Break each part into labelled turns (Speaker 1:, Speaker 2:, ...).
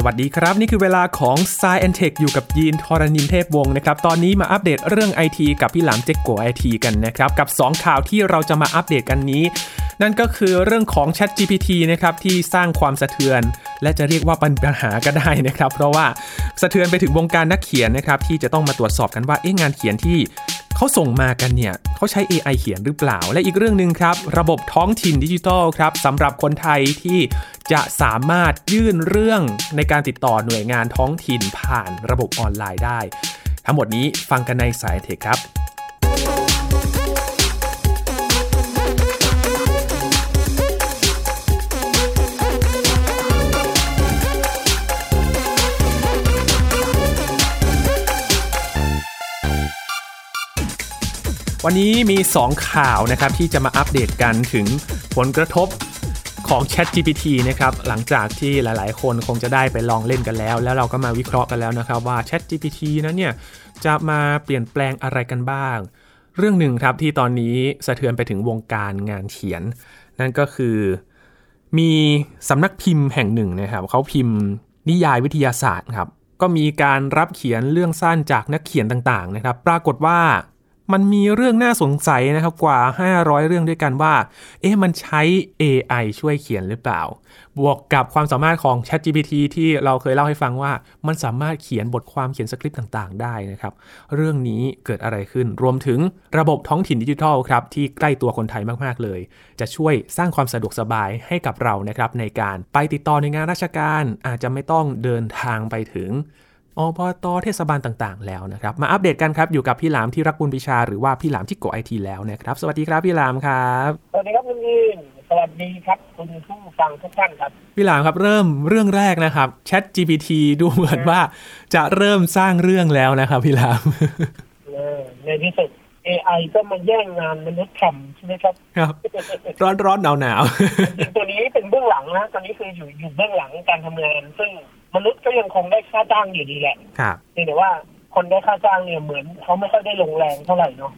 Speaker 1: สวัสดีครับ นี่คือเวลาของ s ซแอนเทคอยู่กับยีนทรณินเทพวงศ์นะครับ ตอนนี้มาอัปเดตเรื่องไอทีกับพี่หลามเจ๊กโกไอทีกันนะครับ กับ 2 ข่าวที่เราจะมาอัปเดตกันนี้ นั่นก็คือเรื่องของ Chat GPT นะครับ ที่สร้างความสะเทือน และจะเรียกว่าปัญหาก็ได้นะครับ เพราะว่าสะเทือนไปถึงวงการนักเขียนนะครับที่จะต้องมาตรวจสอบกันว่าเอ๊ะงานเขียนที่ เขาส่งมากันเนี่ยเขาใช้ AI เขียนหรือเปล่า และอีกเรื่องหนึ่งครับ ระบบท้องถิ่นดิจิทัลครับสำหรับคนไทยที่จะสามารถยื่นเรื่องในการติดต่อหน่วยงานท้องถิ่นผ่านระบบออนไลน์ได้ ทั้งหมดนี้ฟังกันในสายเทคครับ วันนี้มี 2 ข่าวนะครับที่จะมาอัปเดตกันถึงผลกระทบของ Chat GPT นะครับหลังจากที่หลายๆ คนคงจะได้ไปลองเล่นกันแล้ว แล้วเราก็มาวิเคราะห์กันแล้วนะครับว่า Chat GPT นั้นเนี่ยจะมาเปลี่ยนแปลงอะไรกันบ้าง เรื่องหนึ่งครับที่ตอนนี้สะเทือนไปถึงวงการงานเขียน นั่นก็คือ มีสำนักพิมพ์แห่งหนึ่งนะครับเขาพิมพ์นิยายวิทยาศาสตร์ครับก็มีการรับเขียนเรื่องสั้นจากนักเขียนต่างๆนะครับ ปรากฏว่ามันมีเรื่องน่าสงสัยนะครับกว่า 500 เรื่องด้วยกันว่า เอ๊ะมันใช้ AI ช่วยเขียนหรือเปล่า บวกกับความสามารถของ ChatGPT ที่เราเคยเล่าให้ฟังว่า มันสามารถเขียนบทความเขียนสคริปต์ต่างๆ ได้นะครับ เรื่องนี้เกิดอะไรขึ้น รวมถึงระบบท้องถิ่นดิจิทัลครับที่ใกล้ตัวคนไทยมากๆเลย จะช่วยสร้างความสะดวกสบายให้กับเรานะครับในการไปติดต่อในวยงานราชการ อาจจะไม่ต้องเดินทางไปถึง อบตเทศบาลต่างๆ แล้วนะครับ มาอัปเดตกันครับ อยู่กับพี่หลามที่รักบุญปิชาหรือว่าพี่หลามที่โกไอทีแล้วนะครับ สวัสดีครับพี่หลามครับ
Speaker 2: สวัสดีครับคุณยีนสวัสดีครับคุณผู้ฟังทุกท่านครับ
Speaker 1: พี่หลามครับเริ่มเรื่องแรกนะครับ Chat GPT ดูเหมือนว่าจะเริ่มสร้างเรื่องแล้วนะครับพี่หลาม
Speaker 2: เออในที่สุด AI ก็มาแย่งงานมนุษย์ทำใช่ไหมครับ
Speaker 1: ครับ ร้อนร้อนหนาวหนาว
Speaker 2: ตัวนี้เป็นเบื้องหลังนะตัวนี้คืออยู่อยู่เบื้องหลังการทำงาน ซึ่งมนุษย์ก็ยังคงได้ค่าจ้างอยู่ดีแหละ
Speaker 1: ๆครับ
Speaker 2: เพียงแต่ว่าคนได้ค่าจ้างเนี่ยเหมือนเขาไม่ค่อยได้ลงแรงเท่าไหร่เนาะ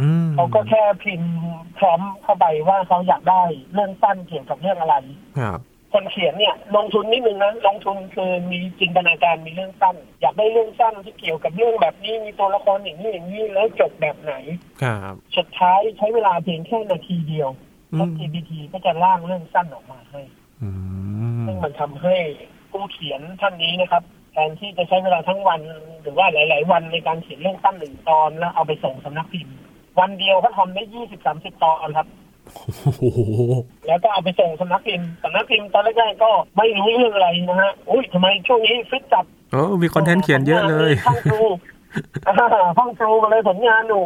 Speaker 1: อืม
Speaker 2: เขาก็แค่พิมพ์พร้อมป์เข้าไปว่าเขาอยากได้เรื่องสั้นเกี่ยวกับเรื่องอะไร
Speaker 1: ครับ
Speaker 2: คนเขียนเนี่ยลงทุนนิดนึงนะลงทุนคือมีจินตนาการมีเรื่องสั้น อยากได้เรื่องสั้นที่เกี่ยวกับเรื่องแบบนี้มีตัวละครอย่างนี้อย่างนี้แล้วจบแบบไหน
Speaker 1: ครับ
Speaker 2: สุดท้ายใช้เวลาเพียงแค่นาทีเดียว
Speaker 1: อื
Speaker 2: แล้ว
Speaker 1: ม
Speaker 2: GPT ก็จะร่างเรื่องสั้นออกมาให้
Speaker 1: อืม
Speaker 2: ซึ่งมันทำให้ผู้เขียนท่านนี้นะครับแทนที่จะใช้เวลาทั้งวันหรือว่าหลาย ๆ วันในการเขียนเรื่องสั้นหนึ่งตอนแล้วเอาไปส่งสำนักพิมพ์ วันเดียวเขาทำได้ยี่สิบสามสิบตอนครับ
Speaker 1: โอ้โห
Speaker 2: แล้วก็เอาไปส่งสำนักพิมพ์สำนักพิมพ์ตอนแรกๆก็ไม่รู้เรื่องอะไรนะฮะ อุ้ยทำไมช่วงนี้ฟิตจัด
Speaker 1: เออมีคอนเทนต์เขียนเยอะเลย
Speaker 2: ห้องครู อ่าห้องครูกันเลยผลงานหนู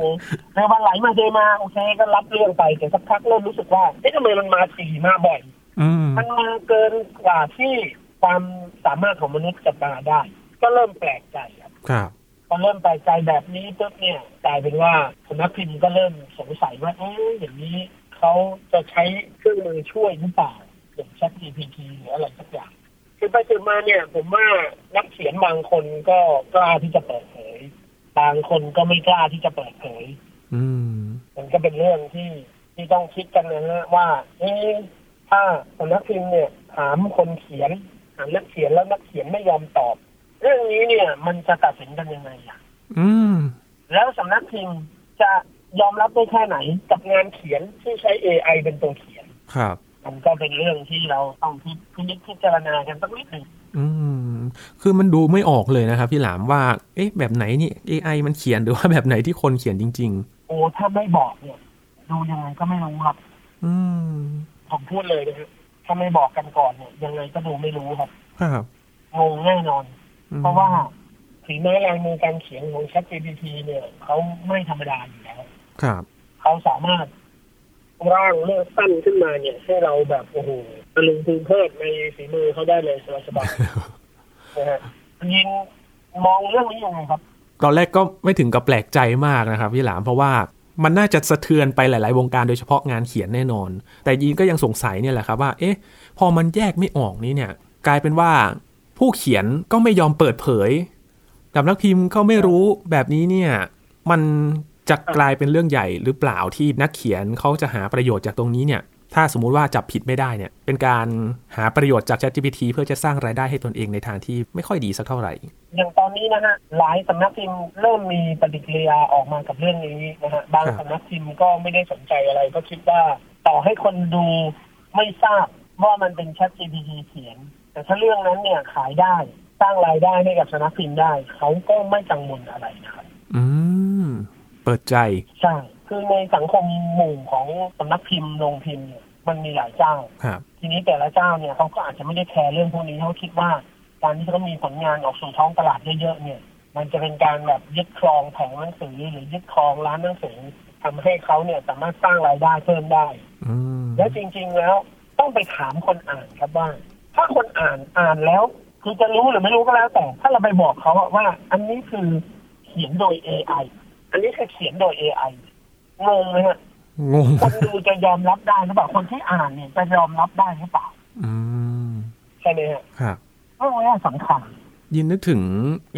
Speaker 2: ในวันไหลมาเจมาโอเคก็รับเรื่องไปแต่สักพักเริ่มรู้สึกว่าเอ๊ะทำไมมันมาถี่มาบ่อย
Speaker 1: อืม
Speaker 2: มันมาเกินกว่าที่ความสามารถของมนุษย์จะมาได้ ก็เริ่มแปลกใจครับ
Speaker 1: ครับ
Speaker 2: พอเริ่มแปลกใจแบบนี้ปุ๊บเนี่ยกลายเป็นว่าสำนักพิมพ์ก็เริ่มสงสัยว่าเอ๊ะอย่างนี้เขาจะใช้เครื่องมือช่วยหรือเปล่าอย่าง ChatGPT หรืออะไรสักอย่าง คือไปสืบมาเนี่ย ผมว่านักเขียนบางคนก็กล้าที่จะเปิดเผย บางคนก็ไม่กล้าที่จะเปิดเผย
Speaker 1: อืม
Speaker 2: มันก็เป็นเรื่องที่ที่ต้องคิดกันนะฮะว่าเอ๊ะถ้าสำนักพิมพ์เนี่ย ถามคนเขียนถามนักเขียนแล้วนักเขียนไม่ยอมตอบ เรื่องนี้เนี่ย มันจะตัดสินกันยังไงอะ
Speaker 1: อืม
Speaker 2: แล้วสำนักพิมพ์จะยอมรับได้แค่ไหนกับงานเขียนที่ใช้ AI เป็นตัวเขียน
Speaker 1: ครับ
Speaker 2: มันก็เป็นเรื่องที่เราต้องพิพินิจพิจารณากันสักนิดหนึ่ง
Speaker 1: อืมคือมันดูไม่ออกเลยนะครับพี่หลามว่า เอ๊ะ แบบไหนนี่ AI มันเขียนหรือว่าแบบไหนที่คนเขียนจริง
Speaker 2: โอ้ถ้าไม่บอกเนี่ย ดูยังไงก็ไม่รู้ครับ
Speaker 1: ๆ อืม
Speaker 2: ผมพูดเลยนะฮะถ้าไม่บอกกันก่อนเนี่ยยังไงก็ดูไม่รู้ครับ
Speaker 1: ครับ
Speaker 2: งงแน่นอน
Speaker 1: อืม
Speaker 2: เพราะว่าฝีไม้ลายมือการเขียนของ ChatGPT เนี่ยเขาไม่ธรรมดาอยู่แล้ว
Speaker 1: ครับ
Speaker 2: เขาสามารถร่างเรื่องสั้นขึ้นมาเนี่ย ให้เราแบบโอ้โหตะลึงพึงเพลิดในฝีมือเขาได้เลยสบายสบายๆ นะฮะยินมองเรื่องนี้ยังไงครับ
Speaker 1: ตอนแรกก็ไม่ถึงกับแปลกใจมากนะครับพี่หลามเพราะว่ามันน่าจะสะเทือนไปหลาย ๆ วงการโดยเฉพาะงานเขียนแน่นอน แต่ยีนก็ยังสงสัยเนี่ยแหละครับว่า เอ๊ะ พอมันแยกไม่ออกนี้เนี่ย กลายเป็นว่า ผู้เขียนก็ไม่ยอมเปิดเผยสำนักพิมพ์ก็ไม่รู้แบบนี้เนี่ย มันจะกลายเป็นเรื่องใหญ่หรือเปล่าที่นักเขียนเขาจะหาประโยชน์จากตรงนี้เนี่ย ถ้าสมมุติว่าจับผิดไม่ได้เนี่ย เป็นการหาประโยชน์จาก ChatGPT เพื่อจะสร้างรายได้ให้ตนเองในทางที่ไม่ค่อยดีสักเท่าไหร่
Speaker 2: อย่างตอนนี้นะฮะหลายสำนักพิมพ์เริ่มมีปฏิกิริยาออกมากับเรื่องนี้นะฮะบาง
Speaker 1: ครับ
Speaker 2: สำนักพิมพ์ก็ไม่ได้สนใจอะไร ก็คิดว่าต่อให้คนดูไม่ทราบว่ามันเป็น Chat GPT เขียน แต่ถ้าเรื่องนั้นเนี่ยขายได้สร้างรายได้ให้กับสำนักพิมพ์ได้ เขาก็ไม่กังวลอะไรนะครับ
Speaker 1: อืม เปิดใจ
Speaker 2: ใช่ คือในสังคมหมู่ของสำนักพิมพ์โรงพิมพ์เนี่ยมันมีหลายเจ้า
Speaker 1: ครับ
Speaker 2: ทีนี้แต่ละเจ้าเนี่ยเขาก็อาจจะไม่ได้แคร์เรื่องพวกนี้เขาคิดว่า การที่เขามีผลงานออกสู่ท้องตลาดเยอะๆเนี่ย มันจะเป็นการแบบยึดครองแผงหนังสือหรือยึดครองร้านหนังสือทำให้เขาเนี่ยสามารถสร้างรายได้เพิ่มได้
Speaker 1: อืม
Speaker 2: และจริงๆแล้วต้องไปถามคนอ่านครับว่า ถ้าคนอ่านอ่านแล้ว คือจะรู้หรือไม่รู้ก็แล้วแต่ ถ้าเราไปบอกเขาอะว่า อันนี้คือเขียนโดย AI อันนี้คือเขียนโดย AI งงไหมฮะ
Speaker 1: งง
Speaker 2: คนดูจะยอมรับได้หรือเปล่าคนที่อ่านเนี่ยจะยอมรับได้หรือเปล่า
Speaker 1: อืม
Speaker 2: ใช่ไหมฮะ
Speaker 1: ครับ
Speaker 2: เรื่องนี้สำคัญ
Speaker 1: ยินนึกถึง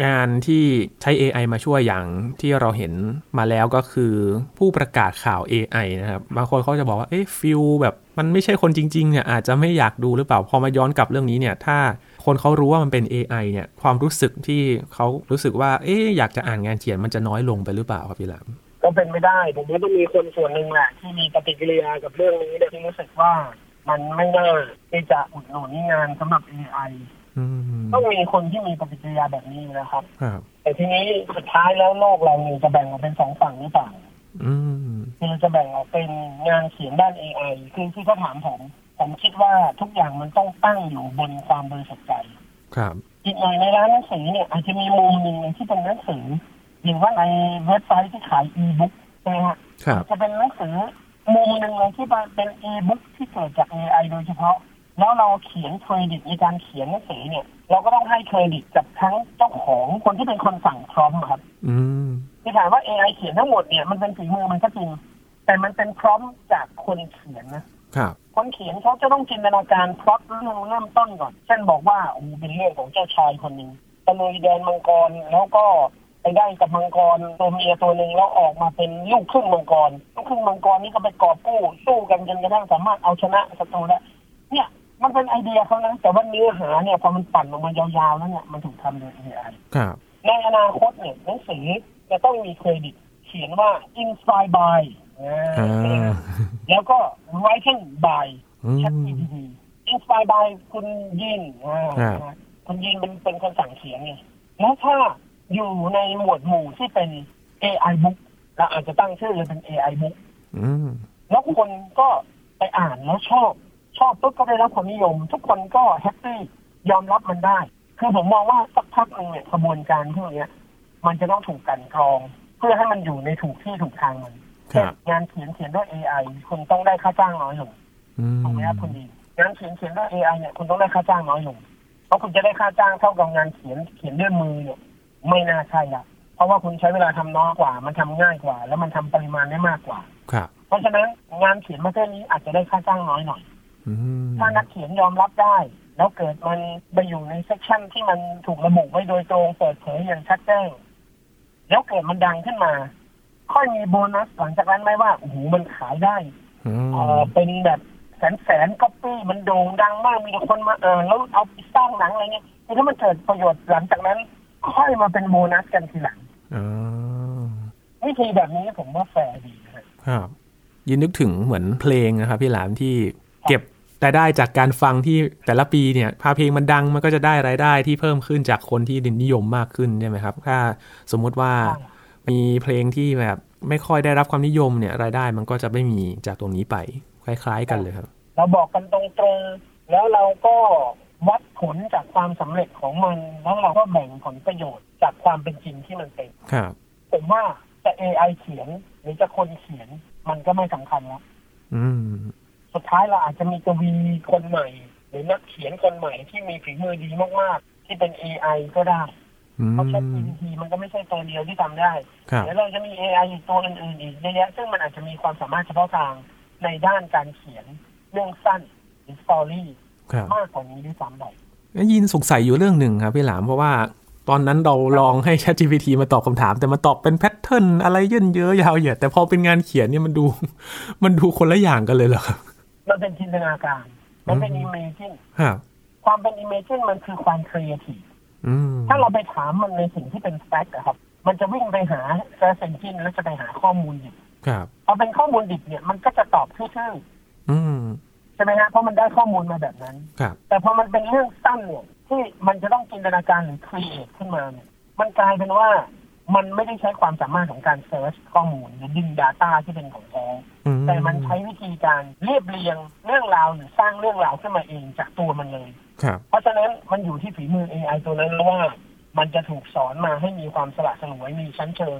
Speaker 1: งานที่ใช้ AI มาช่วยอย่างที่เราเห็นมาแล้วก็คือผู้ประกาศข่าว AI นะครับ บางคนเขาจะบอกว่า เอ๊ะฟิลแบบมันไม่ใช่คนจริงๆเนี่ยอาจจะไม่อยากดูหรือเปล่า พอมาย้อนกลับเรื่องนี้เนี่ย ถ้าคนเขารู้ว่ามันเป็น AI เนี่ยความรู้สึกที่เขารู้สึกว่า เอ๊ะอยากจะอ่านงานเขียนมันจะน้อยลงไปหรือเปล่าครับพี่หลาม
Speaker 2: ก็เป็นไม่ได้ ผมว่าต้องมีคนส่วนหนึ่งแหละที่มีปฏิกิริยากับเรื่องนี้แต่ที่รู้สึกว่า มันไม่น่าที่จะอุดหนุนงานสำหรับ AI
Speaker 1: อืม
Speaker 2: ต้องมีคนที่มีปฏิกิริยาแบบนี้นะครับ
Speaker 1: ครับ
Speaker 2: แต่ทีนี้สุดท้ายแล้วโลกเราเนี่ยจะแบ่งออกเป็นสองฝั่งหรือเปล่า
Speaker 1: อืม
Speaker 2: คือจะแบ่งออกเป็นงานเขียนด้าน AI คือที่เขาถามผมผมคิดว่าทุกอย่างมันต้องตั้งอยู่บนความบริสุทธิ์ใจ
Speaker 1: ครับ
Speaker 2: อีกหน่อยในร้านหนังสือเนี่ยอาจจะมีมุมหนึ่งที่เป็นหนังสือหรือว่าในเว็บไซต์ที่ขาย e-book นะฮะ
Speaker 1: ครับ
Speaker 2: จะเป็นหนังสือมุมหนึ่งเลยที่เป็น e-book ที่เกิดจาก AI โดยเฉพาะ แล้วเราเขียนเครดิตในการเขียนหนังสือเนี่ย เราก็ต้องให้เครดิตกับทั้งเจ้าของคนที่เป็นคนสั่งพร้อมครับ
Speaker 1: อืม
Speaker 2: คือถามว่า AI เขียนทั้งหมดเนี่ยมันเป็นฝีมือมันก็จริง แต่มันเป็นพร้อมจากคนเขียนนะครับ คนเขียนเขาจะต้องจินตนาการพล็อตเรื่องเริ่มต้นก่อน เช่นบอกว่าโอ้โหเป็นเรื่องของเจ้าชายคนหนึ่งตะลุยแดนมังกรแล้วก็ไปได้กับมังกรตัวเมียตัวหนึ่งแล้วออกมาเป็นลูกครึ่งมังกรลูกครึ่งมังกรนี่ก็ไปกอบกู้สู้กันจนกระทั่งสามารถเอาชนะศัตรูได้เนี่ยมันเป็นไอเดียเขานะแต่ว่าเนื้อหาเนี่ยพอมันปั่นออกมายาวๆแล้วเนี่ยมันถูกทำโดย AI
Speaker 1: ครับ
Speaker 2: ในอนาคตเนี่ยหนังสือจะต้องมีเครดิต เขียนว่า inspired by
Speaker 1: อ่
Speaker 2: นะ
Speaker 1: า
Speaker 2: แล้วก็ written by
Speaker 1: อืม
Speaker 2: ChatGPT inspired by คุณยินอ่า
Speaker 1: อ่า
Speaker 2: คุณยินเป็นเป็นคนสั่งเขียนไงแล้วถ้าอยู่ในหมวดหมู่ที่เป็น AI book เราอาจจะตั้งชื่อเลยเป็น AI book
Speaker 1: อืม
Speaker 2: แล้วคนก็ไปอ่านแล้วชอบ ชอบปุ๊บก็ได้รับความนิยม ทุกคนก็แฮปปี้ยอมรับมันได้ คือผมมองว่าสักพักหนึงเนี่ยกระบวนการพวกเนี้ย มันจะต้องถูกกลันกรอง เพื่อให้มันอยู่ในถูกที่ถูกทางมัน
Speaker 1: ครับ
Speaker 2: งานเขียนเขียนด้วย AI คุณต้องได้ค่าจ้างน้อยลง
Speaker 1: อืม
Speaker 2: ถูกไหมครับคุณดีงานเขียนเขียนด้วย AI เนี่ยคุณต้องได้ค่าจ้างน้อยลงเพราะคุณจะได้ค่าจ้างเท่ากับงานเขียนเขียนด้วยมือเนี่ยไม่น่าใช่ละเพราะว่าคุณใช้เวลาทำน้อยกว่า มันทำง่ายกว่า แล้วมันทำปริมาณได้มากกว่า
Speaker 1: ครับ
Speaker 2: เพราะฉะนั้นงานเขียนประเภทนี้อาจจะได้ค่าจ้างน้อยหน่อย
Speaker 1: อืม
Speaker 2: ถ้านักเขียนยอมรับได้ แล้วเกิดมันไปอยู่ในเซกชันที่มันถูกระบุไว้โดยตรงเปิดเผยอย่างชัดแจ้ง แล้วเกิดมันดังขึ้นมา ค่อยมีโบนัสหลังจากนั้นไหมว่าโอ้โหมันขายได้
Speaker 1: อืม
Speaker 2: เออเป็นแบบแสนแสนก็ปี้มันโด่งดังมากมีแต่คนมาเออแล้วเอาไปสร้างหนังอะไรเงี้ยคือถ้ามันเกิดประโยชน์หลังจากนั้น ค่อยมาเป็นโบนัสกันทีหลัง
Speaker 1: อ๋อ
Speaker 2: วิธีแบบนี้ผมว่าแฟร์ดีนะฮะ
Speaker 1: ครับยินนึกถึงเหมือนเพลงนะครับพี่หลามที่เก็บแต่ได้จากการฟังที่แต่ละปีเนี่ยพาเพลงมันดังมันก็จะได้รายได้ที่เพิ่มขึ้นจากคนที่นิยมมากขึ้นใช่ไหมครับ ถ้าสมมุติว่า
Speaker 2: ใช่
Speaker 1: มีเพลงที่แบบไม่ค่อยได้รับความนิยมเนี่ยรายได้มันก็จะไม่มีจากตรงนี้ไปคล้าย ๆ กันเลยครับ
Speaker 2: เราบอกกันตรงๆ แล้วเราก็วัดผลจากความสำเร็จของมัน แล้วเราก็แบ่งผลประโยชน์จากความเป็นจริงที่มันเป็น
Speaker 1: ครับ
Speaker 2: ผมว่าจะ AI เขียนหรือจะคนเขียนมันก็ไม่สำคัญแล้ว
Speaker 1: อืม
Speaker 2: สุดท้ายเราอาจจะมีกวีคนใหม่ หรือนักเขียนคนใหม่ที่มีฝีมือดีมากๆ ที่เป็น AI ก็ได้
Speaker 1: อื
Speaker 2: เพราะ
Speaker 1: ม
Speaker 2: ChatGPT มันก็ไม่ใช่ตัวเดียวที่ทำได้
Speaker 1: ครับ
Speaker 2: เดี๋ยวเราจะมี AI อีกตัวอื่นๆอีกเยอะแยะซึ่งมันอาจจะมีความสามารถเฉพาะทางในด้านการเขียนเรื่องสั้นหรือสตอรี่
Speaker 1: ครับ
Speaker 2: มากกว่านี้ด้วยซ้ำไป
Speaker 1: ยินสงสัยอยู่เรื่องหนึ่งครับพี่หลามเพราะว่าตอนนั้นเราลองให้ ChatGPT มาตอบคำถาม แต่มันตอบเป็นแพทเทิร์น อะไรเยินเยอะยาวเหยียดแต่พอเป็นงานเขียนเนี่ยมันดู มันดูคนละอย่างกันเลยเหรอครับ
Speaker 2: มันเป็นจินตนาการ มันเป็น
Speaker 1: อืม
Speaker 2: อิมเมจิน
Speaker 1: ฮะ
Speaker 2: ความเป็นอิมเมจินมันคือความครีเอทีฟ
Speaker 1: อืม
Speaker 2: ถ้าเราไปถามมันในสิ่งที่เป็นแฟกต์อะครับ มันจะวิ่งไปหาแฟกต์จินจินแล้วจะไปหาข้อมูลดิบ
Speaker 1: ครับ
Speaker 2: พอเป็นข้อมูลดิบเนี่ยมันก็จะตอบชื่อ
Speaker 1: อืม
Speaker 2: ๆใช่ไหมฮะเพราะมันได้ข้อมูลมาแบบนั้น
Speaker 1: ครับ
Speaker 2: แต่พอมันเป็นเรื่องสั้นเนี่ยที่มันจะต้องจินตนาการหรือครีเอทขึ้นมาเนี่ยมันกลายเป็นว่ามันไม่ได้ใช้ความสามารถของการเซิร์ชข้อมูลหรือดึง Data ที่เป็นของแท้
Speaker 1: อื
Speaker 2: แต่มันใช้วิธีการเรียบเรียงเรื่องราวหรือสร้างเรื่องราวขึ้นมาเองจากตัวมันเลย
Speaker 1: ครับ
Speaker 2: เพราะฉะนั้นมันอยู่ที่ฝีมือ AI ตัวนั้นแล้วว่า มันจะถูกสอนมาให้มีความสละสลวยมีชั้นเชิง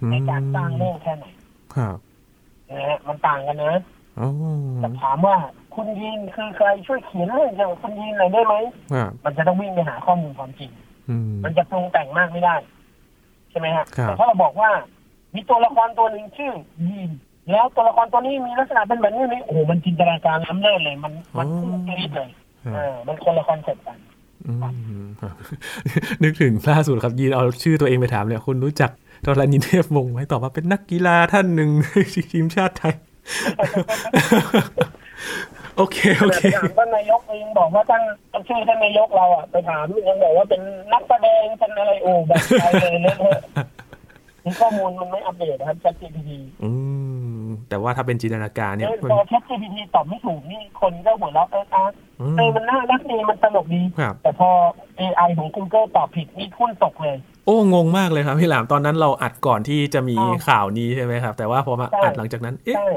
Speaker 1: อืม
Speaker 2: ในการสร้างเรื่องแค่ไหน
Speaker 1: ครับ
Speaker 2: นะฮะมันต่างกันนะ
Speaker 1: โอ้
Speaker 2: แต่ถามว่าคุณยีนคือใครช่วยเขียนเรื่องอย่างคุณยีนหน่อยได้ไหม
Speaker 1: ครับ
Speaker 2: มันจะต้องวิ่งไปหาข้อมูลความจริง
Speaker 1: อืม
Speaker 2: มันจะปรุงแต่งมากไม่ได้ ใช่ไหมฮะ
Speaker 1: ครับ
Speaker 2: แต่ถ้าเราบอกว่า มีตัวละครตัวหนึ่งชื่อยีนแล้วตัวละครตัวนี้มีลักษณะเป็นแบบนี้นี่โอ้โหมันจินตนาการล้ำเลิศเลย มันมันพุ่งปรี๊ดเลย
Speaker 1: ครับ
Speaker 2: เออมันคนละคอนเซ็ปต์กัน
Speaker 1: อืมครับ นึกถึงล่าสุดครับยีนเอาชื่อตัวเองไปถามเนี่ยคุณรู้จักตอนรนินเทพวงศ์ไหมตอบว่าเป็นนักกีฬาท่านหนึ่ง ทีมชาติไทย โอเค โอเค
Speaker 2: ถามท่านนายกเองบอกว่าตั้งตั้งชื่อท่านนายกเราอ่ะไปถามยังบอกว่าเป็นนักแสดงเป็นอะไรโอ้แบบไปเลยเลอะเทอะนี่ข้อมูลมันไม่อัปเดตนะครับ ChatGPT
Speaker 1: อืมแต่ว่าถ้าเป็นจินตนาการเนี่ย
Speaker 2: เออ
Speaker 1: คุณ
Speaker 2: พอ ChatGPT ตอบไม่ถูกนี่คนก็หัวเราะเอออาร์ต
Speaker 1: อืม
Speaker 2: เออมันน่ารักดีมันตลกดี
Speaker 1: ครับ
Speaker 2: แต่พอ AI ของ Google ตอบผิดนี่พุ่นตกเลย
Speaker 1: โอ้งงมากเลยครับพี่หลามตอนนั้นเราอัดก่อนที่จะมี
Speaker 2: ใช่
Speaker 1: ข่าวนี้ใช่ไหมครับ แต่ว่าพอมา
Speaker 2: ใช่
Speaker 1: อัดหลังจากนั้น เอ๊ะ
Speaker 2: ใช่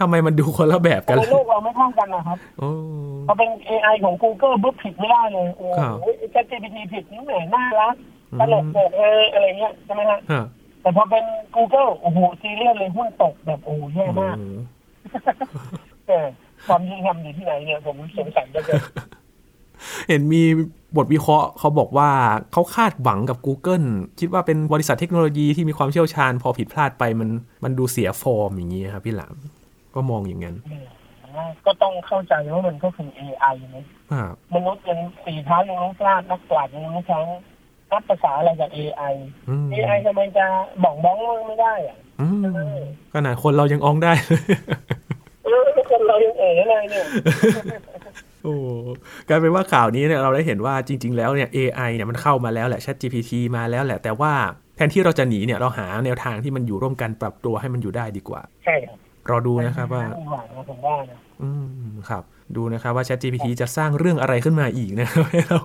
Speaker 1: ทำไมมันดูคนละแบบกัน
Speaker 2: ในโลกเราไม่เท่ากันนะครับ
Speaker 1: โอ้
Speaker 2: พอเป็น AI ของ Google บุ๊บผิดไม่ได้เลย โอ้
Speaker 1: ครับ
Speaker 2: โห ChatGPT ผิดนี่แหมน่ารักตลกโปกเอออะไรเงี้ยใช่ไหมฮะ
Speaker 1: ฮะ
Speaker 2: แต่พอเป็น Google โอ้โหซีเรียสเลยหุ้นตกแบบโอ้โหแย่มาก
Speaker 1: อืม
Speaker 2: เออความยุติธรรมอยู่ที่ไหนเนี่ย ผมสงสัยจะเกิน
Speaker 1: เห็นมีบทวิเคราะห์เขาบอกว่าเขาคาดหวังกับ Google คิดว่าเป็นบริษัทเทคโนโลยีที่มีความเชี่ยวชาญ พอผิดพลาดไปมันมันดูเสียฟอร์มอย่างนี้ยครับพี่หลามก็มองอย่างนั้น
Speaker 2: ก็ต้องเข้าใจว่ามันก็คือ AI นะ
Speaker 1: ครับ
Speaker 2: มนุษย์ยังสี่เท้ายังรู้พลาดนักปราชญ์ยังรู้ทั้งนับภาษาอะไรกับ AI
Speaker 1: อืม
Speaker 2: AI ทำไมจะบอกบ้องไม่ได้อะ
Speaker 1: อืมขนาดคนเรายังอองได้เลย
Speaker 2: เออคนเรายังเอ๋อเลยเนี่ย
Speaker 1: โอ้กลายเป็นว่าข่าวนี้เนี่ยเราได้เห็นว่าจริง ๆ แล้วเนี่ย AI เนี่ยมันเข้ามาแล้วแหละ Chat GPT มาแล้วแหละ แต่ว่าแทนที่เราจะหนีเนี่ยเราหาแนวทางที่มันอยู่ร่วมกันปรับตัวให้มันอยู่ได้ดีกว่า
Speaker 2: ใช่ครับ
Speaker 1: รอดูนะครับว่า
Speaker 2: ไม่หวังนะผมว่านะ
Speaker 1: อืมครับ ดูนะครับว่า Chat GPT จะสร้างเรื่องอะไรขึ้นมาอีกนะครับ ให้เรา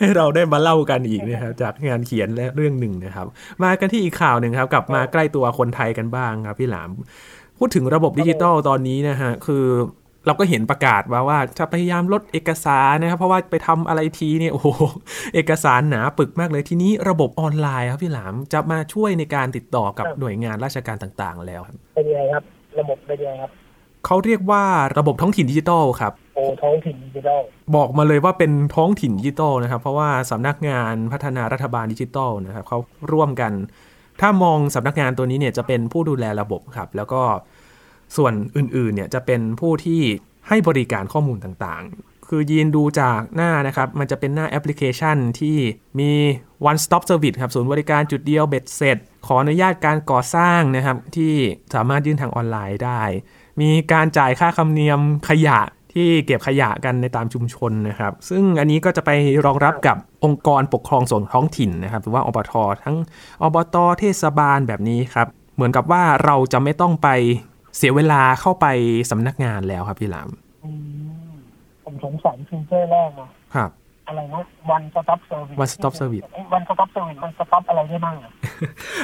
Speaker 1: ให้เราได้มาเล่ากันอีกนะครับจากงานเขียนและเรื่องหนึ่งนะครับ มากันที่อีกข่าวหนึ่งครับ กลับมาใกล้ตัวคนไทยกันบ้างครับพี่หลาม พูดถึงระบบดิจิตอลตอนนี้นะฮะคือเราก็เห็นประกาศมาว่าจะพยายามลดเอกสารนะครับ เพราะว่าไปทำอะไรทีเนี่ยโอ้โหเอกสารหนาปึกมากเลยทีนี้ระบบออนไลน์ครับพี่หลามจะมาช่วยในการติดต่อกับหน่วยงานราชการต่างๆ แล้วครับ
Speaker 2: เป็นยังไงครับ ระบบเป็นยังไงครับ
Speaker 1: เขาเรียกว่าระบบท้องถิ่นดิจิตอลครับ
Speaker 2: โอ้ท้องถิ่นดิจิทัล
Speaker 1: บอกมาเลยว่าเป็นท้องถิ่นดิจิตอลนะครับ เพราะว่าสำนักงานพัฒนารัฐบาลดิจิตอลนะครับเขาร่วมกัน ถ้ามองสำนักงานตัวนี้เนี่ยจะเป็นผู้ดูแลระบบครับ แล้วก็ส่วนอื่นๆเนี่ยจะเป็นผู้ที่ให้บริการข้อมูลต่างๆ คือยีนดูจากหน้านะครับ มันจะเป็นหน้าแอปพลิเคชันที่มี one stop service ครับศูนย์บริการจุดเดียวเบ็ดเสร็จ ขออนุญาตการก่อสร้างนะครับ ที่สามารถยื่นทางออนไลน์ได้ มีการจ่ายค่าคำเนียมขยะที่เก็บขยะกันในตามชุมชนนะครับ ซึ่งอันนี้ก็จะไปรองรับกับองค์กรปกครองส่วนท้องถิ่นนะครับ หรือว่าอบททั้งอบตเทศบาลแบบนี้ครับ เหมือนกับว่าเราจะไม่ต้องไปเสียเวลาเข้าไปสำนักงานแล้วครับพี่หลาม
Speaker 2: อืมผมสงสัยฟีเจอร์แรกนะครับ อะไรนะวันสต็อปเซอร์วิส
Speaker 1: One Stop Service
Speaker 2: วันสต็อปเซอร์วิสมันสต็อปอะไรได้บ้างอะ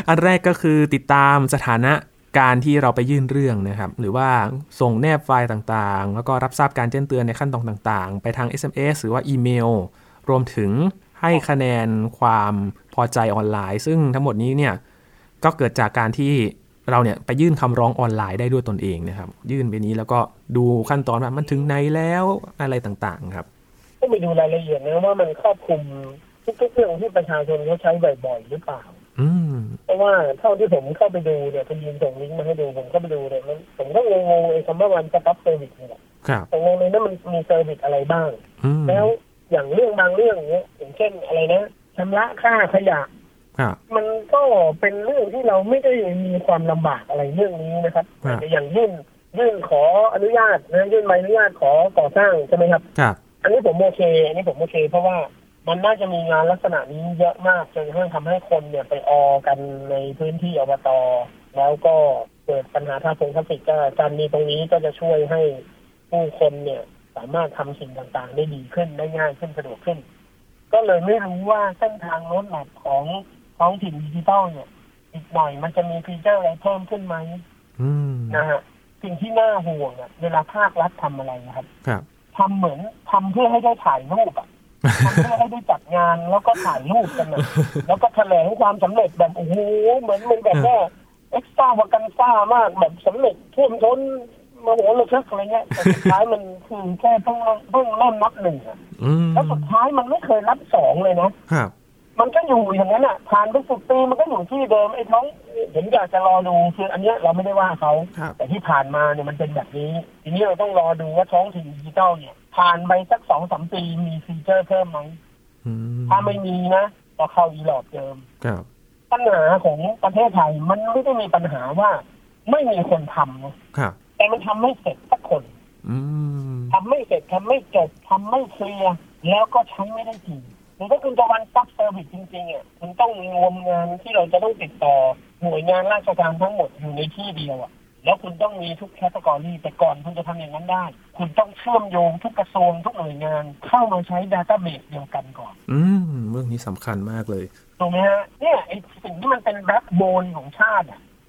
Speaker 1: อันแรกก็คือติดตามสถานะการที่เราไปยื่นเรื่องนะครับ หรือว่าส่งแนบไฟล์ต่างๆ แล้วก็รับทราบการแจ้งเตือนในขั้นตอนต่างๆ ไปทาง SMS หรือว่าอีเมล รวมถึงให้คะแนนความพอใจออนไลน์ ซึ่งทั้งหมดนี้เนี่ย ก็เกิดจากการที่เราเนี่ยไปยื่นคำร้องออนไลน์ได้ด้วยตนเองนะครับ ยื่นไปนี้แล้วก็ดูขั้นตอนว่ามันถึงไหนแล้วอะไรต่างๆครับ
Speaker 2: ต้องไปดูรายละเอียดนะว่ามันครอบคลุมทุกๆเรื่องที่ประชาชนเขาใช้บ่อยๆหรือเปล่า
Speaker 1: อืม
Speaker 2: เพราะว่าเท่าที่ผมเข้าไปดูเนี่ยพยืนส่งลิงก์มาให้ดูผมเข้าไปดูเนี่ยมันผมก็งงๆไอ้คำว่าวันสต็อปเซอร์วิสเนี่ย
Speaker 1: ครับ
Speaker 2: ตกลงในนั้นมันมีเซอร์วิสอะไรบ้าง
Speaker 1: อืม
Speaker 2: แล้วอย่างเรื่องบางเรื่องเนี้ยอย่างเช่นอะไรนะชำระค่าขยะ
Speaker 1: ครับ
Speaker 2: มันก็เป็นเรื่องที่เราไม่ได้มีความลำบากอะไรเรื่องนี้นะครับ
Speaker 1: ครับ
Speaker 2: แต่อย่างยื่น ยื่นขออนุญาตนะยื่นใบอนุญาตขอก่อสร้างใช่ไหมครับ
Speaker 1: ครับ
Speaker 2: อันนี้ผมโอเค อันนี้ผมโอเค เพราะว่ามันน่าจะมีงานลักษณะนี้เยอะมากจนกระทั่งทำให้คนเนี่ยไปออกันในพื้นที่อบตแล้วก็เกิดปัญหาท่าพงทรัพย์ก็การมีตรงนี้ก็จะช่วยให้ผู้คนเนี่ยสามารถทำสิ่งต่างๆ ได้ดีขึ้นได้ง่ายขึ้นสะดวกขึ้น ก็เลยไม่รู้ว่าเส้นทางรถหลักของท้องถิ่นดิจิทัลเนี่ย อีกหน่อยมันจะมีฟีเจอร์อะไรเพิ่มขึ้นไหม
Speaker 1: อืม
Speaker 2: นะฮะสิ่งที่น่าห่วงอะเวลาภาครัฐทำอะไรนะครับ
Speaker 1: ครับ
Speaker 2: ทำเหมือนทำเพื่อให้ได้ถ่ายรูป อะทำเพื่อให้ได้จัดงานแล้วก็ถ่ายรูปกัน อะแล้วก็แถลงความสำเร็จแบบโอ้โหเหมือนมันแบบว่าเอ็กซ์ตร้าวากันซ่ามากแบบสำเร็จท่วมท้นมาโหระทึกอะไรเงี้ยแต่สุดท้ายมันคือแค่เพิ่งเพิ่งเริ่มนับหนึ่งอะ
Speaker 1: อืม
Speaker 2: แล้วสุดท้ายมันไม่เคยนับสองเลยนะ
Speaker 1: ครับ
Speaker 2: มันก็อยู่อย่างนั้นอ่ะผ่านไปสิบปีมันก็อยู่ที่เดิมไอ้ท้องเห็นอยากจะรอดูคืออันเนี้ยเราไม่ได้ว่าเขา
Speaker 1: ครับ
Speaker 2: แต่ที่ผ่านมาเนี่ยมันเป็นแบบนี้ ทีนี้เราต้องรอดูว่าท้องถิ่นดิจิตอลเนี่ย ผ่านไปสักสองสามปีมีฟีเจอร์เพิ่มไหม
Speaker 1: อืม
Speaker 2: ถ้าไม่มีนะก็เข้าอีหลอดเดิม
Speaker 1: ครับ
Speaker 2: ปัญหาของประเทศไทยมันไม่ได้มีปัญหาว่า ไม่มีคนทำนะครับ แต่มันทำไม่เสร็จสักคน
Speaker 1: อืม
Speaker 2: ทำไม่เสร็จทำไม่จบทำไม่เคลียร์แล้วก็ใช้ไม่ได้จริงมันก็คุณจะวันซับเซอร์วิสจริงๆอ่ะมันต้องรวมงานที่เราจะต้องติดต่อหน่วยงานราชการทั้งหมดอยู่ในที่เดียวอ่ะ แล้วคุณต้องมีทุกแคตตากรีแต่ก่อนคุณจะทำอย่างนั้นได้ คุณต้องเชื่อมโยงทุกกระทรวงทุกหน่วยงาน เข้ามาใช้ด a ต้าเบสเดียวกันก่อน
Speaker 1: อืมเรื่องนี้สำคัญมากเลย
Speaker 2: ถูกไหมฮะเนี่ยไอ้สิ่งที่มันเป็นแบ็คโบนของชาติ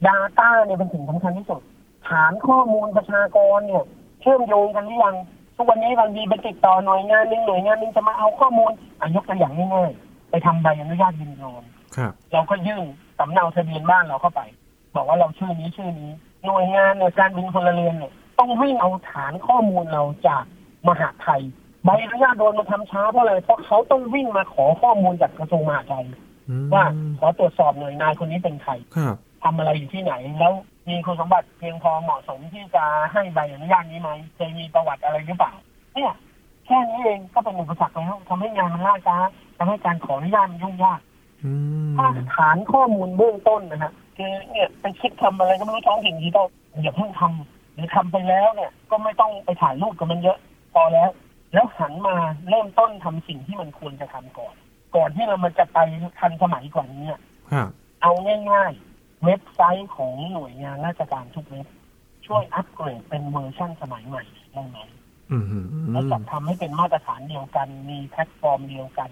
Speaker 2: ดาต้าเนี่ยเป็นสิ่งสำคัญที่สุด ฐานข้อมูลประชากรเนี่ย เชื่อมโยงกันหรือยังทุกวันนี้บางทีไปติดต่อหน่วยงานหนึ่งหน่วยงานหนึ่งจะมาเอาข้อมูลอ่ะยกตัวอย่างง่ายๆไปทำใบอนุญาตยินยอม
Speaker 1: ครับ
Speaker 2: เราก็ยื่นสำเนาทะเบียนบ้านเราเข้าไป บอกว่าเราชื่อนี้ชื่อนี้ หน่วยงานเนี่ยการบินพลเรือนเนี่ยต้องวิ่งเอาฐานข้อมูลเราจากมหาดไทยใบอนุญาตโดนมาทำช้าเพราะอะไรเพราะเขาต้องวิ่งมาขอข้อมูลจากกระทรวงมหาดไทย
Speaker 1: อืม
Speaker 2: ว่าขอตรวจสอบหน่วยนายคนนี้เป็นใคร
Speaker 1: ครับ
Speaker 2: ทำอะไรอยู่ที่ไหน แล้วมีคุณสมบัติเพียงพอเหมาะสมที่จะให้ใบอนุญาตนี้ไหมเคยมีประวัติอะไรหรือเปล่าเนี่ยแค่นี้เองก็เป็นอุปสรรคแล้วทำให้งานมันล่าช้าทำให้การขออนุญาตมันยุ่งยาก
Speaker 1: อืม
Speaker 2: ถ้าฐานข้อมูลเบื้องต้นนะฮะคือเนี่ยไปคิดทำอะไรก็ไม่รู้ท้องถิ่นที่ต้องอย่าเพิ่งทำหรือทำไปแล้วเนี่ย ก็ไม่ต้องไปถ่ายรูปกับมันเยอะพอแล้ว แล้วหันมาเริ่มต้นทำสิ่งที่มันควรจะทำก่อน ก่อนที่เรามันจะไปทันสมัยกว่านี้อะ
Speaker 1: ครับ
Speaker 2: เอาง่ายๆ เว็บไซต์ของหน่วยงานราชการทุกเว็บช่วยอัปเกรดเป็นเวอร์ชั่นสมัยใหม่ได้ไหม
Speaker 1: อืมอืม
Speaker 2: แล้วจัดทำให้เป็นมาตรฐานเดียวกัน มีแพลตฟอร์มเดียวกัน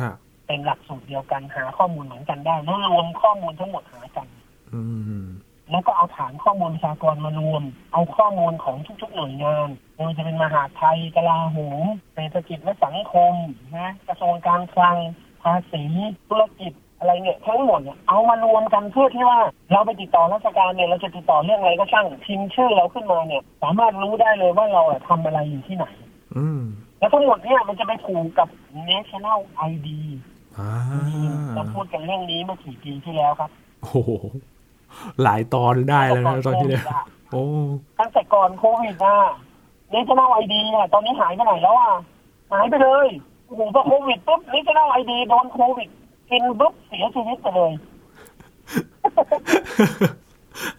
Speaker 1: ครับ
Speaker 2: เป็นหลักสูตรเดียวกันหาข้อมูลเหมือนกันได้แล้วรวมข้อมูลทั้งหมดหากัน
Speaker 1: อืม
Speaker 2: แล้วก็เอาฐานข้อมูลประชากรมารวม เอาข้อมูลของทุกๆหน่วยงานไม่ว่าจะเป็นมหาดไทยกลาโหมเศรษฐกิจและสังคมนะกระทรวงการคลังภาษีธุรกิจอะไรเนี่ยทั้งหมดเนี่ยเอามารวมกันเพื่อที่ว่าเราไปติดต่อราชการเนี่ยเราจะติดต่อเรื่องอะไรก็ช่างพิมพ์ชื่อเราขึ้นมาเนี่ย สามารถรู้ได้เลยว่าเราอะทำอะไรอยู่ที่ไหน
Speaker 1: อืม
Speaker 2: แล้วทั้งหมดเนี่ยมันจะไปผูกกับ national ID
Speaker 1: อ่า
Speaker 2: เราพูดกันเรื่องนี้เมื่อกี่ปีที่แล้วครับ
Speaker 1: โอ้โหหลายตอนได้แล้วนะตอนที่เนี่ย
Speaker 2: ก่โควิดะ
Speaker 1: โอ้
Speaker 2: ตั้งแต่ก่อนโควิดอ่ะนี่จะเล่าไอดีอ่ะตอนนี้หายไปไหนแล้วอ่ะหายไปเลยโอ้โหพอโควิดปุ๊บนี่จะเล่าไอดีโดนโควิดกินปุ๊บเสียชีวิตไปเลย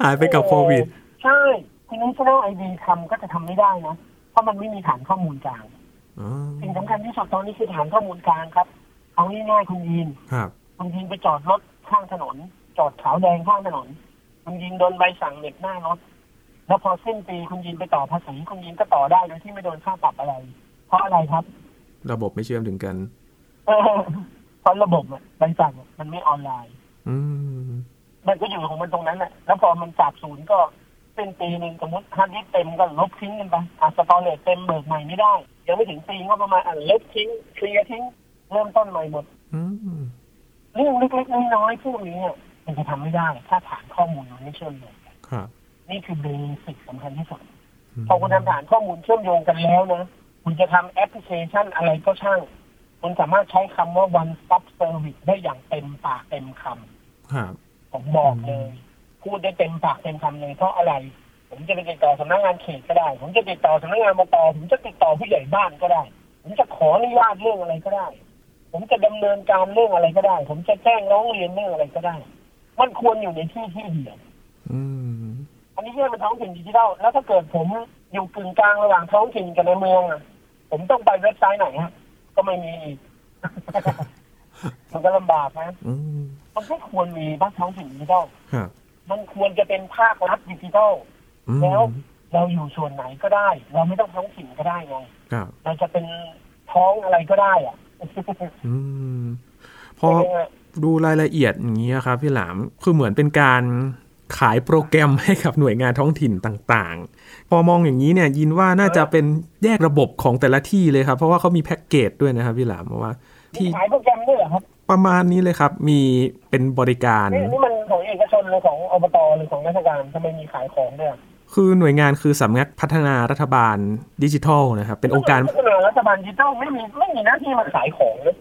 Speaker 1: หายไปกับโควิด
Speaker 2: ใช่ทีนี้จะเล่าไอดีทำก็จะทำไม่ได้นะเพราะมันไม่มีฐานข้อมูลกลาง
Speaker 1: อ๋อ
Speaker 2: สิ่งสำคัญที่สุดตอนนี้คือฐานข้อมูลกลางครับเอาง่ายๆคุณยีน
Speaker 1: ครับ
Speaker 2: บางทีไปจอดรถข้างถนน จอดขาวแดงข้างถนนคุณยินโดนใบสั่งเหน็บหน้ารถ แล้วพอสิ้นปีคุณยินไปต่อภาษีคุณยินก็ต่อได้โดยที่ไม่โดนค่าปรับอะไร เพราะอะไรครับ
Speaker 1: ระบบไม่เชื่อมถึงกัน
Speaker 2: เออเพราะระบบอะใบสั่งอะมันไม่ออนไลน์
Speaker 1: อืม
Speaker 2: มันก็อยู่ของมันตรงนั้นแหละแล้วพอมันจากศูนย์ก็สิ้นปีหนึ่งสมมติฮาร์ดดิสก์เต็มก็ลบทิ้งกันไปอ่ะสตอเรจเต็มเบิกใหม่ไม่ได้ ยังไม่ถึงปีก็ประมาณอ่ะลบทิ้งเคลียร์ทิ้งเริ่มต้นใหม่หมด
Speaker 1: อืม
Speaker 2: เรื่องเล็กๆน้อยๆพวกนี้เนี่ยมันจะทำไม่ได้ ถ้าฐานข้อมูลมันไม่เชื่อมโยงกัน
Speaker 1: ครับ
Speaker 2: นี่คือเบสิกสำคัญที่สุด
Speaker 1: ม
Speaker 2: พอคุณทำฐานข้อมูลเชื่อมโยงกันแล้วนะคุณจะทำแอปพลิเคชันอะไรก็ช่างคุณสามารถใช้คำว่า one stop service ได้อย่างเต็มปากเต็มค
Speaker 1: ครับ
Speaker 2: ำผมบอกเลย พูดได้เต็มปากเต็มคำเลยเพราะอะไร ผมจะไปติดต่อสำนักงานเขตก็ได้ ผมจะติดต่อสำนักงานอบตผมจะติดต่อผู้ใหญ่บ้านก็ได้ ผมจะขออนุญาตเรื่องอะไรก็ได้ ผมจะดำเนินการเรื่องอะไรก็ได้ ผมจะแจ้งร้องเรียนเรื่องอะไรก็ได้ มันควรอยู่ในที่ที่เดียว
Speaker 1: อืม
Speaker 2: อันนี้เรียกเป็นท้องถิ่นดิจิทัลแล้วถ้าเกิดผมอยู่กึ่งกลางระหว่างท้องถิ่นกับในเมืองอะผมต้องไปเว็บไซต์ไหนฮะก็ไม่มีอีก มันก็ลำบากนะ
Speaker 1: อืม
Speaker 2: มันไม่ควรมีบ้านท้องถิ่นดิจิทัล
Speaker 1: ฮะ
Speaker 2: มันควรจะเป็นภาครัฐดิจิทัล
Speaker 1: อืม
Speaker 2: แล้ว เราอยู่ส่วนไหนก็ได้ เราไม่ต้องท้องถิ่นก็ได้ไง
Speaker 1: ครับ
Speaker 2: เราจะเป็นท้องอะไรก็ได้อะ
Speaker 1: อืมพอ ดูรายละเอียดอย่างนี้ยครับพี่หลาม คือเหมือนเป็นการขายโปรแกรมให้กับหน่วยงานท้องถิ่นต่างๆ พอมองอย่างนี้เนี่ยยินว่าน่าจะเป็นแยกระบบของแต่ละที่เลยครับ เพราะว่าเขามีแพ็กเกจด้วยนะครับพี่หลามว่า
Speaker 2: ที่
Speaker 1: ที่
Speaker 2: ขายโปรแกรมด้วยเหรอครับ
Speaker 1: ประมาณนี้เลยครับ มีเป็นบริการ
Speaker 2: นี่นี่มันของเอกชนหรือของอบตหรือของราชการทำไมมีขายของด้วยอะ
Speaker 1: คือหน่วยงานคือสำนักพัฒนารัฐบาลดิจิทัลนะครับ เป็นองค์การ
Speaker 2: พัฒนารัฐบาลดิจิทัลไม่มีไม่มีหน้าที่มาขายของเลย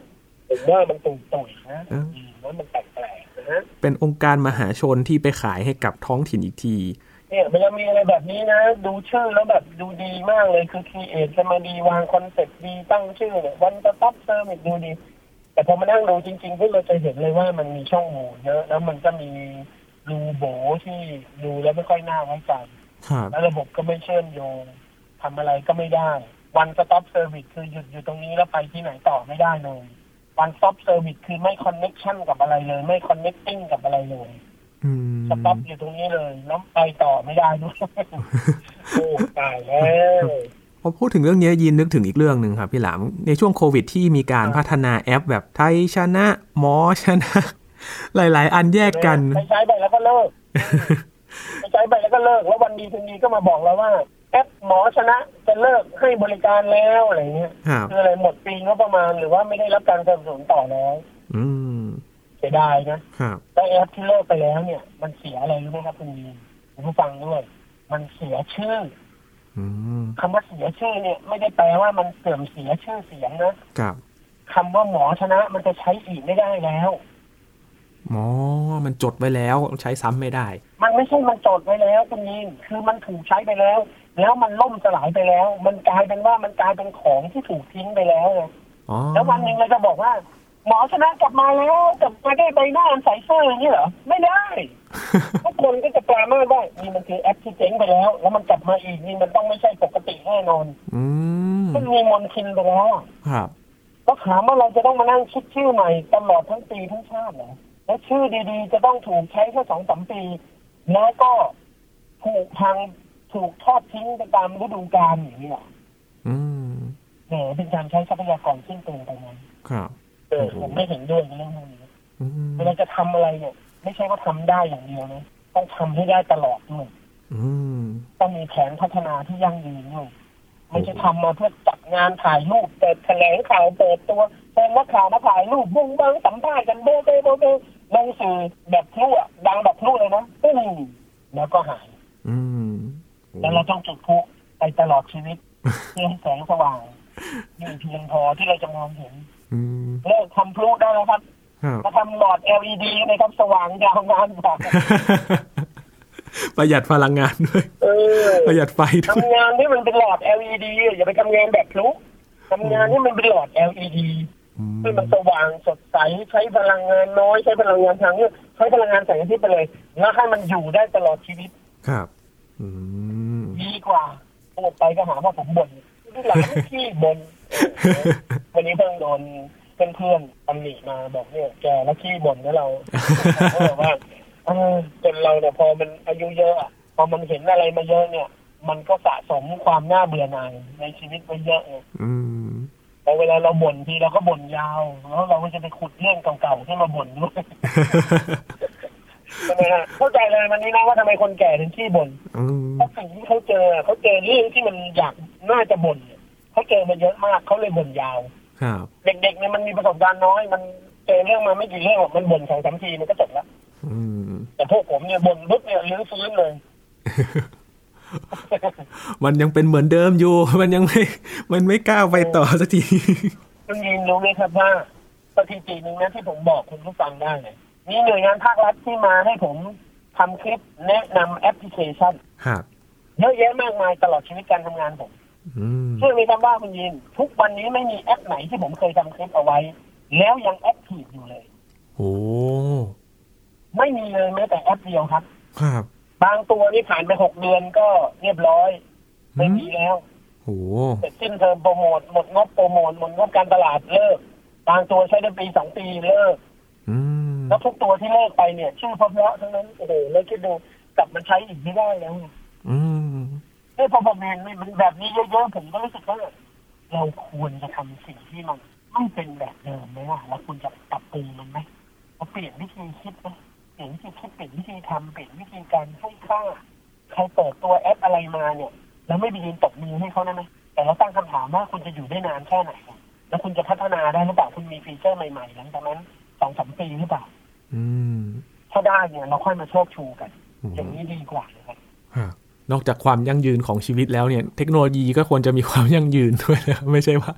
Speaker 2: ผมว่ามันตุ่ตุ่ยๆนะอืมว่ามันแปลกๆนะฮะ
Speaker 1: เป็นองค์การมหาชนที่ไปขายให้กับท้องถิ่นอีกที
Speaker 2: เนี่ยเวลามีอะไรแบบนี้นะ ดูชื่อแล้วแบบดูดีมากเลยคือคีเอทจะมาดีวางคอนเซ็ปต์ดีตั้งชื่อเนี่ยวันจะตับเซอร์มิดูดี แต่พอมานั่งดูจริงๆพวกเราจะเห็นเลยว่ามันมีช่องโหว่เยอะแล้วมันก็มีรูโบที่ดูแล้วไม่ค่อยน่าไว้ใจ
Speaker 1: ครับ
Speaker 2: แล้วระบบก็ไม่เชื่อมโยงทำอะไรก็ไม่ได้ one stop service คือหยุดอยู่ตรงนี้แล้วไปที่ไหนต่อไม่ได้เลย one stop service คือไม่ connection กับอะไรเลย ไม่ connecting กับอะไรเลย
Speaker 1: อืม
Speaker 2: stop อยู่ตรงนี้เลยน้องไปต่อไม่ได้ ด้วย โอ้ตายแล้ว
Speaker 1: พอพูดถึงเรื่องนี้ยินนึกถึงอีกเรื่องหนึ่งครับพี่หลามในช่วงโควิดที่มีการพัฒนาแอปแบบไทยชนะ หมอชนะ หลาย ๆ อันแยกกัน
Speaker 2: ไปใช้ไปแล้วก็เลิกไปใช้ไปแล้วก็เลิก แล้ววันดีคืนดีก็มาบอกเราว่าแอปหมอชนะจะเลิกให้บริการแล้วอะไรเงี้ย
Speaker 1: ครับ
Speaker 2: คืออะไรหมดปีงบประมาณหรือว่าไม่ได้รับการสนับสนุนต่อแล้ว
Speaker 1: อืม
Speaker 2: เสียดายนะ
Speaker 1: ครับ
Speaker 2: แล้วแอปที่เลิกไปแล้วเนี่ย มันเสียอะไรรู้ไหมครับคุณยีนคุณผู้ฟังด้วย มันเสียชื่อ
Speaker 1: อืม
Speaker 2: คำว่าเสียชื่อเนี่ย ไม่ได้แปลว่ามันเสื่อมเสียชื่อเสียงนะครับ คำว่าหมอชนะมันจะใช้อีกไม่ได้แล้ว
Speaker 1: หมอมันจดไว้แล้วใช้ซ้ำไม่ได้
Speaker 2: มันไม่ใช่มันจดไว้แล้วคุณยีนคือมันถูกใช้ไปแล้ว แล้วมันล่มสลายไปแล้ว มันกลายเป็นว่ามันกลายเป็นของที่ถูกทิ้งไปแล้วไง
Speaker 1: อ๋อ
Speaker 2: แล้ววันหนึ่งเราจะบอกว่า หมอชนะกลับมาแล้วกลับมาได้ใบหน้าอันใสซื่ออย่างนี้เหรอไม่ได้ ทุกคนก็จะปรามาสว่านี่มันคือแอปที่เจ๊งไปแล้ว แล้วมันกลับมาอีกนี่มันต้องไม่ใช่ปกติแน่นอน
Speaker 1: อืม
Speaker 2: มันมีมนทินไปแล้วอะ
Speaker 1: ครับ
Speaker 2: ก็ถามว่าเราจะต้องมานั่งคิดชื่อใหม่ตลอดทั้งปีทั้งชาติเหรอแล้วชื่อดีๆ จะต้องถูกใช้แค่สองสามปี แล้วก็ถูกพังถูกทอดทิ้งไปตามฤดูกาลอย่างนี้เหรอ
Speaker 1: อืม
Speaker 2: แหมเป็นการใช้ทรัพยากรสิ้นเปลืองไปไหม
Speaker 1: ครับ
Speaker 2: เออผมไม่เห็นด้วยในเรื่องพวกนี้
Speaker 1: อืม
Speaker 2: เวลาจะทำอะไรเนี่ย ไม่ใช่ว่าทำได้อย่างเดียวนะต้องทำให้ได้ตลอดด้วย
Speaker 1: อืม
Speaker 2: ต้องมีแผนพัฒนาที่ยั่งยืนด้วยไม่ใช่ทำมาเพื่อจัดงานถ่ายรูปเปิดแถลงข่าวเปิดตัวเชิญนักข่าวมาถ่ายรูปบุ้งบังสัมภาษณ์กันเบ้เบ้เบ้เบ้ลงสื่อแบบพลุ่ดังแบบพลุ่เลยนะปึ้งแล้วก็หาย
Speaker 1: อืม
Speaker 2: แล้วเราต้องจุดพลุไปตลอดชีวิต เพื่อให้แสงสว่างมีเพียงพอที่เราจะมองเห็น
Speaker 1: อืม
Speaker 2: เลิกทำพลุได้แล้วครับ
Speaker 1: ครับ
Speaker 2: มาทำหลอด LED นะครับสว่างยาวนานกว่า
Speaker 1: ประหยัดพลังงาน ด้วย
Speaker 2: เออ
Speaker 1: ประหยัดไฟด้วย
Speaker 2: ทำงานที่มันเป็นหลอด LED อะอย่าไปทำงานแบบพลุทำงานที่มันเป็นหลอด LED
Speaker 1: อืม
Speaker 2: ที่มันสว่างสดใสใช้พลังงานน้อยใช้พลังงานทางเลือกใช้พลังงานแสงอาทิตย์ไปเลยแล้วให้มันอยู่ได้ตลอดชีวิต
Speaker 1: ครับ อืม
Speaker 2: ดีกว่าพูดไปก็หาว่าผมบ่นลูกหลานพี่บ่นเออวันนี้เพิ่งโดนเพื่อนๆตำหนิมาบอกเนี่ยแกแล้วขี้บ่นแล้วเรา เขาบอกว่าเออจนเราเนี่ยพอมันอายุเยอะอะพอมันเห็นอะไรมาเยอะเนี่ย มันก็สะสมความน่าเบื่อหน่ายในชีวิตไว้เยอะไง
Speaker 1: อืม
Speaker 2: แต่เวลาเราบ่นทีเราก็บ่นยาว แล้วเราก็จะไปขุดเรื่องเก่าๆที่มาบ่นด้วย ใช่ไหมฮะเข้าใจเลยวันนี้นะว่าทำไมคนแก่ถึงขี้บ่น
Speaker 1: อืม
Speaker 2: เพราะสิ่งที่เขาเจอเขาเจอเรื่องที่มันอยากน่าจะบ่นเขาเจอมาเยอะมากเขาเลยบ่นยาว
Speaker 1: ครับ
Speaker 2: เด็กๆเนี่ยมันมีประสบการณ์น้อย มันเจอเรื่องมาไม่กี่เรื่องหรอกมันบ่นสองสามทีมันก็จบละ
Speaker 1: อืม
Speaker 2: แต่พวกผมเนี่ยบ่นปุ๊บเนี่ยลื้อฟื้นเลย
Speaker 1: มันยังเป็นเหมือนเดิมอยู่ มันยังไม่ มันไม่ก้าวไปต่อสักที
Speaker 2: คุณยินรู้ไหมครับว่าสถิติหนึ่งนะที่ผมบอกคุณผู้ฟังได้เนี่ยมีหน่วยงานภาครัฐที่มาให้ผมทำคลิปแนะนำแอปพลิเคชัน
Speaker 1: ครับ
Speaker 2: เยอะแยะมากมายตลอดชีวิตการทำงานผม
Speaker 1: อืม
Speaker 2: เชื่อไหมครับว่าคุณยิน ทุกวันนี้ไม่มีแอปไหนที่ผมเคยทำคลิปเอาไว้ แล้วยังแอคทีฟอยู่เลย
Speaker 1: โอ้
Speaker 2: ไม่มีเลยแม้แต่แอปเดียวครับ
Speaker 1: ครับ
Speaker 2: บางตัวนี่ผ่านไปหกเดือนก็เรียบร้อยไม่มีแล้ว
Speaker 1: โอ้โห
Speaker 2: เสร็จสิ้นเทอมโปรโมทหมดงบโปรโมทหมดงบการตลาดเลิกบางตัวใช้ได้ปีสองปีเลิก
Speaker 1: อืม
Speaker 2: แล้วทุกตัวที่เลิกไปเนี่ยชื่อเพราะๆทั้งนั้นโอ้โหแล้วคิดดูกลับมาใช้อีกไม่ได้แล้วเนี่ย
Speaker 1: อืม
Speaker 2: เอ้ยพอผมเห็นมันแบบนี้เยอะๆผมก็รู้สึกว่าเราควรจะทำสิ่งที่มันไม่เป็นแบบเดิมไหมว่าแล้วคุณจะปรับปรุงมันไหมเราเปลี่ยนวิธีคิดไหมเปลี่ยนวิธีคิดเปลี่ยนวิธีทำเปลี่ยนวิธีการให้ค่าใครเปิดตัวแอปอะไรมาเนี่ย แล้วไม่ไปยืนตบมือให้เขานะนะแต่เราตั้งคำถามว่าคุณจะอยู่ได้นานแค่ไหน แล้วคุณจะพัฒนาได้หรือเปล่าคุณมีฟีเจอร์ใหม่ๆหลังจากนั้นสองสามปีหรือเปล่า
Speaker 1: อืม
Speaker 2: ถ้าได้เนี่ยเราค่อยมาโชคชูกัน
Speaker 1: โอ้โห
Speaker 2: อย่างนี้ดีกว่านะครับ
Speaker 1: ฮะนอกจากความยั่งยืนของชีวิตแล้วเนี่ย เทคโนโลยีก็ควรจะมีความยั่งยืนด้วยนะ ไม่ใช่ว่า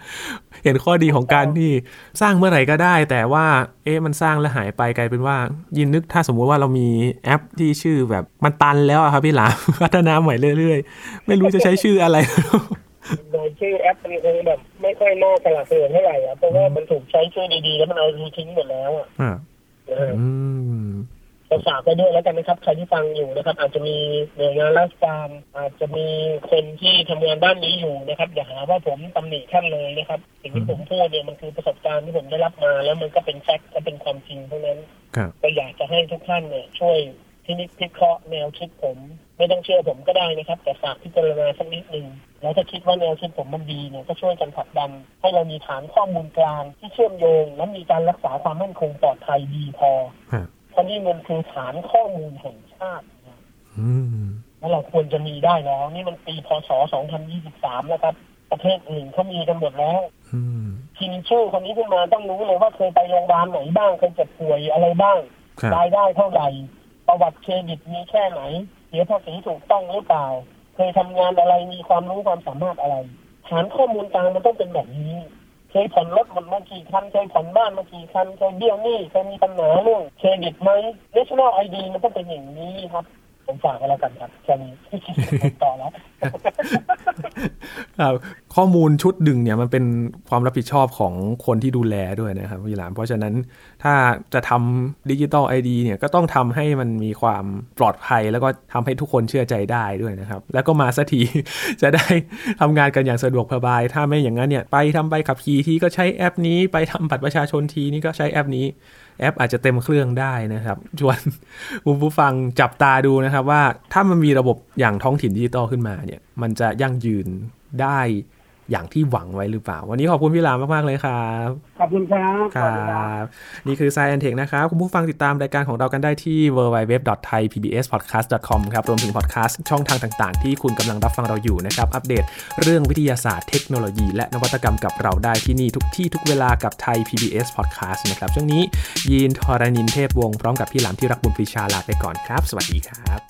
Speaker 1: เห็นข้อดีของการที่สร้างเมื่อไหร่ก็ได้ แต่ว่า เอ๊ะมันสร้างแล้วหายไปกลายเป็นว่า ยินนึกถ้าสมมุติว่าเรามีแอปที่ชื่อแบบมันตันแล้วอะครับพี่หลาม พัฒนาใหม่เรื่อยๆ ไม่รู้จะใช้ชื่ออะไร
Speaker 2: โดยชื่อแอปมันคงแบบไม่ค่อยน่าสลักเสนเท่าไหร่อ่ะเพราะว่ามันถูกใช้ชื่อดีๆ แล้วมันเอาทิ้งหมดแล้วอ่ะ
Speaker 1: อ่า
Speaker 2: เออ
Speaker 1: อืม
Speaker 2: ก็ฝากไปด้วยแล้วกันนะครับ ใครที่ฟังอยู่นะครับ อาจจะมีหน่วยงานราชการอาจจะมีคนที่ทำงานด้านนี้อยู่นะครับ อย่าหาว่าผมตำหนิท่านเลยนะครับ สิ่งที่ผมพูดเนี่ยมันคือประสบการณ์ที่ผมได้รับมาแล้วมันก็เป็นแฟกต์และเป็นความจริงเท่านั้น
Speaker 1: ครับ
Speaker 2: ก็อยากจะให้ทุกท่านเนี่ยช่วยพินิจพิเคราะห์แนวคิดผม ไม่ต้องเชื่อผมก็ได้นะครับ แต่ฝากพิจารณาสักนิดหนึ่งแล้วถ้าคิดว่าแนวคิดผมมันดีเนี่ยก็ช่วยกันผลักดัน ให้เรามีฐานข้อมูลกลางที่เชื่อมโยง และมีการรักษาความมั่นคงปลอดภัยดีพอ
Speaker 1: ฮะ
Speaker 2: เพราะนี่มันคือฐานข้อมูลแห่งชาตินะ
Speaker 1: อืม
Speaker 2: แล้วเราควรจะมีได้แล้ว นี่มันปีพศ 2023 แล้วครับ ประเทศอื่นเขามีกันหมดแล้ว
Speaker 1: อืม
Speaker 2: ทีมชื่อคนนี้ขึ้นมาต้องรู้เลยว่าเคยไปโรงพยาบาลไหนบ้างเคยเจ็บป่วยอะไรบ้าง
Speaker 1: ครับ
Speaker 2: รายได้เท่าไหร่ ประวัติเครดิตมีแค่ไหนเสียภาษีถูกต้องหรือเปล่า เคยทำงานอะไร มีความรู้ความสามารถอะไร ฐานข้อมูลกลางมันต้องเป็นแบบนี้ เคยผ่อนรถหมดมากี่คัน เคยผ่อนบ้านมากี่คัน เคยเบี้ยวหนี้ เคยมีปัญหาเรื่องเครดิตไหม National ID มันต้องเป็นอย่างนี้ครับ ผมฝากไว้แล้วกันครับแค่นี้ ต่อแล้ว
Speaker 1: ครับข้อมูลชุดหนึ่งเนี่ยมันเป็นความรับผิดชอบของคนที่ดูแลด้วยนะครับพี่หลาม เพราะฉะนั้นถ้าจะทำดิจิตอลไอดีเนี่ยก็ต้องทำให้มันมีความปลอดภัย แล้วก็ทำให้ทุกคนเชื่อใจได้ด้วยนะครับ แล้วก็มาสักที จะได้ทำงานกันอย่างสะดวกสบาย ถ้าไม่อย่างนั้นเนี่ยไปทำใบขับขี่ทีก็ใช้แอปนี้ไปทำบัตรประชาชนทีนี่ก็ใช้แอปนี้ แอปอาจจะเต็มเครื่องได้นะครับ ชวนคุณผู้ฟังจับตาดูนะครับว่าถ้ามันมีระบบอย่างท้องถิ่นดิจิตอลขึ้นมาเนี่ย มันจะยั่งยืนได้อย่างที่หวังไว้หรือเปล่า วันนี้ขอบคุณพี่หลามมาก ๆ เลยครับ
Speaker 2: ขอบคุณครับ
Speaker 1: ครับนี่คือ Science and Tech นะครับ คุณผู้ฟังติดตามรายการของเรากันได้ที่ www.thaipbspodcast.com ครับ รวมถึงพอดแคาสต์ช่องทางต่างๆ ที่คุณกำลังรับฟังเราอยู่นะครับ อัปเดตเรื่องวิทยาศาสตร์เทคโนโลยี และนวัตกรรมกับเราได้ที่นี่ทุกที่ทุกเวลากับไทย PBS Podcast นะครับ ช่วงนี้ยีนทอรานินเทพวงศ์พร้อมกับพี่หลามที่รักบุญปรีชาลาไปก่อนครับ สวัสดีครับ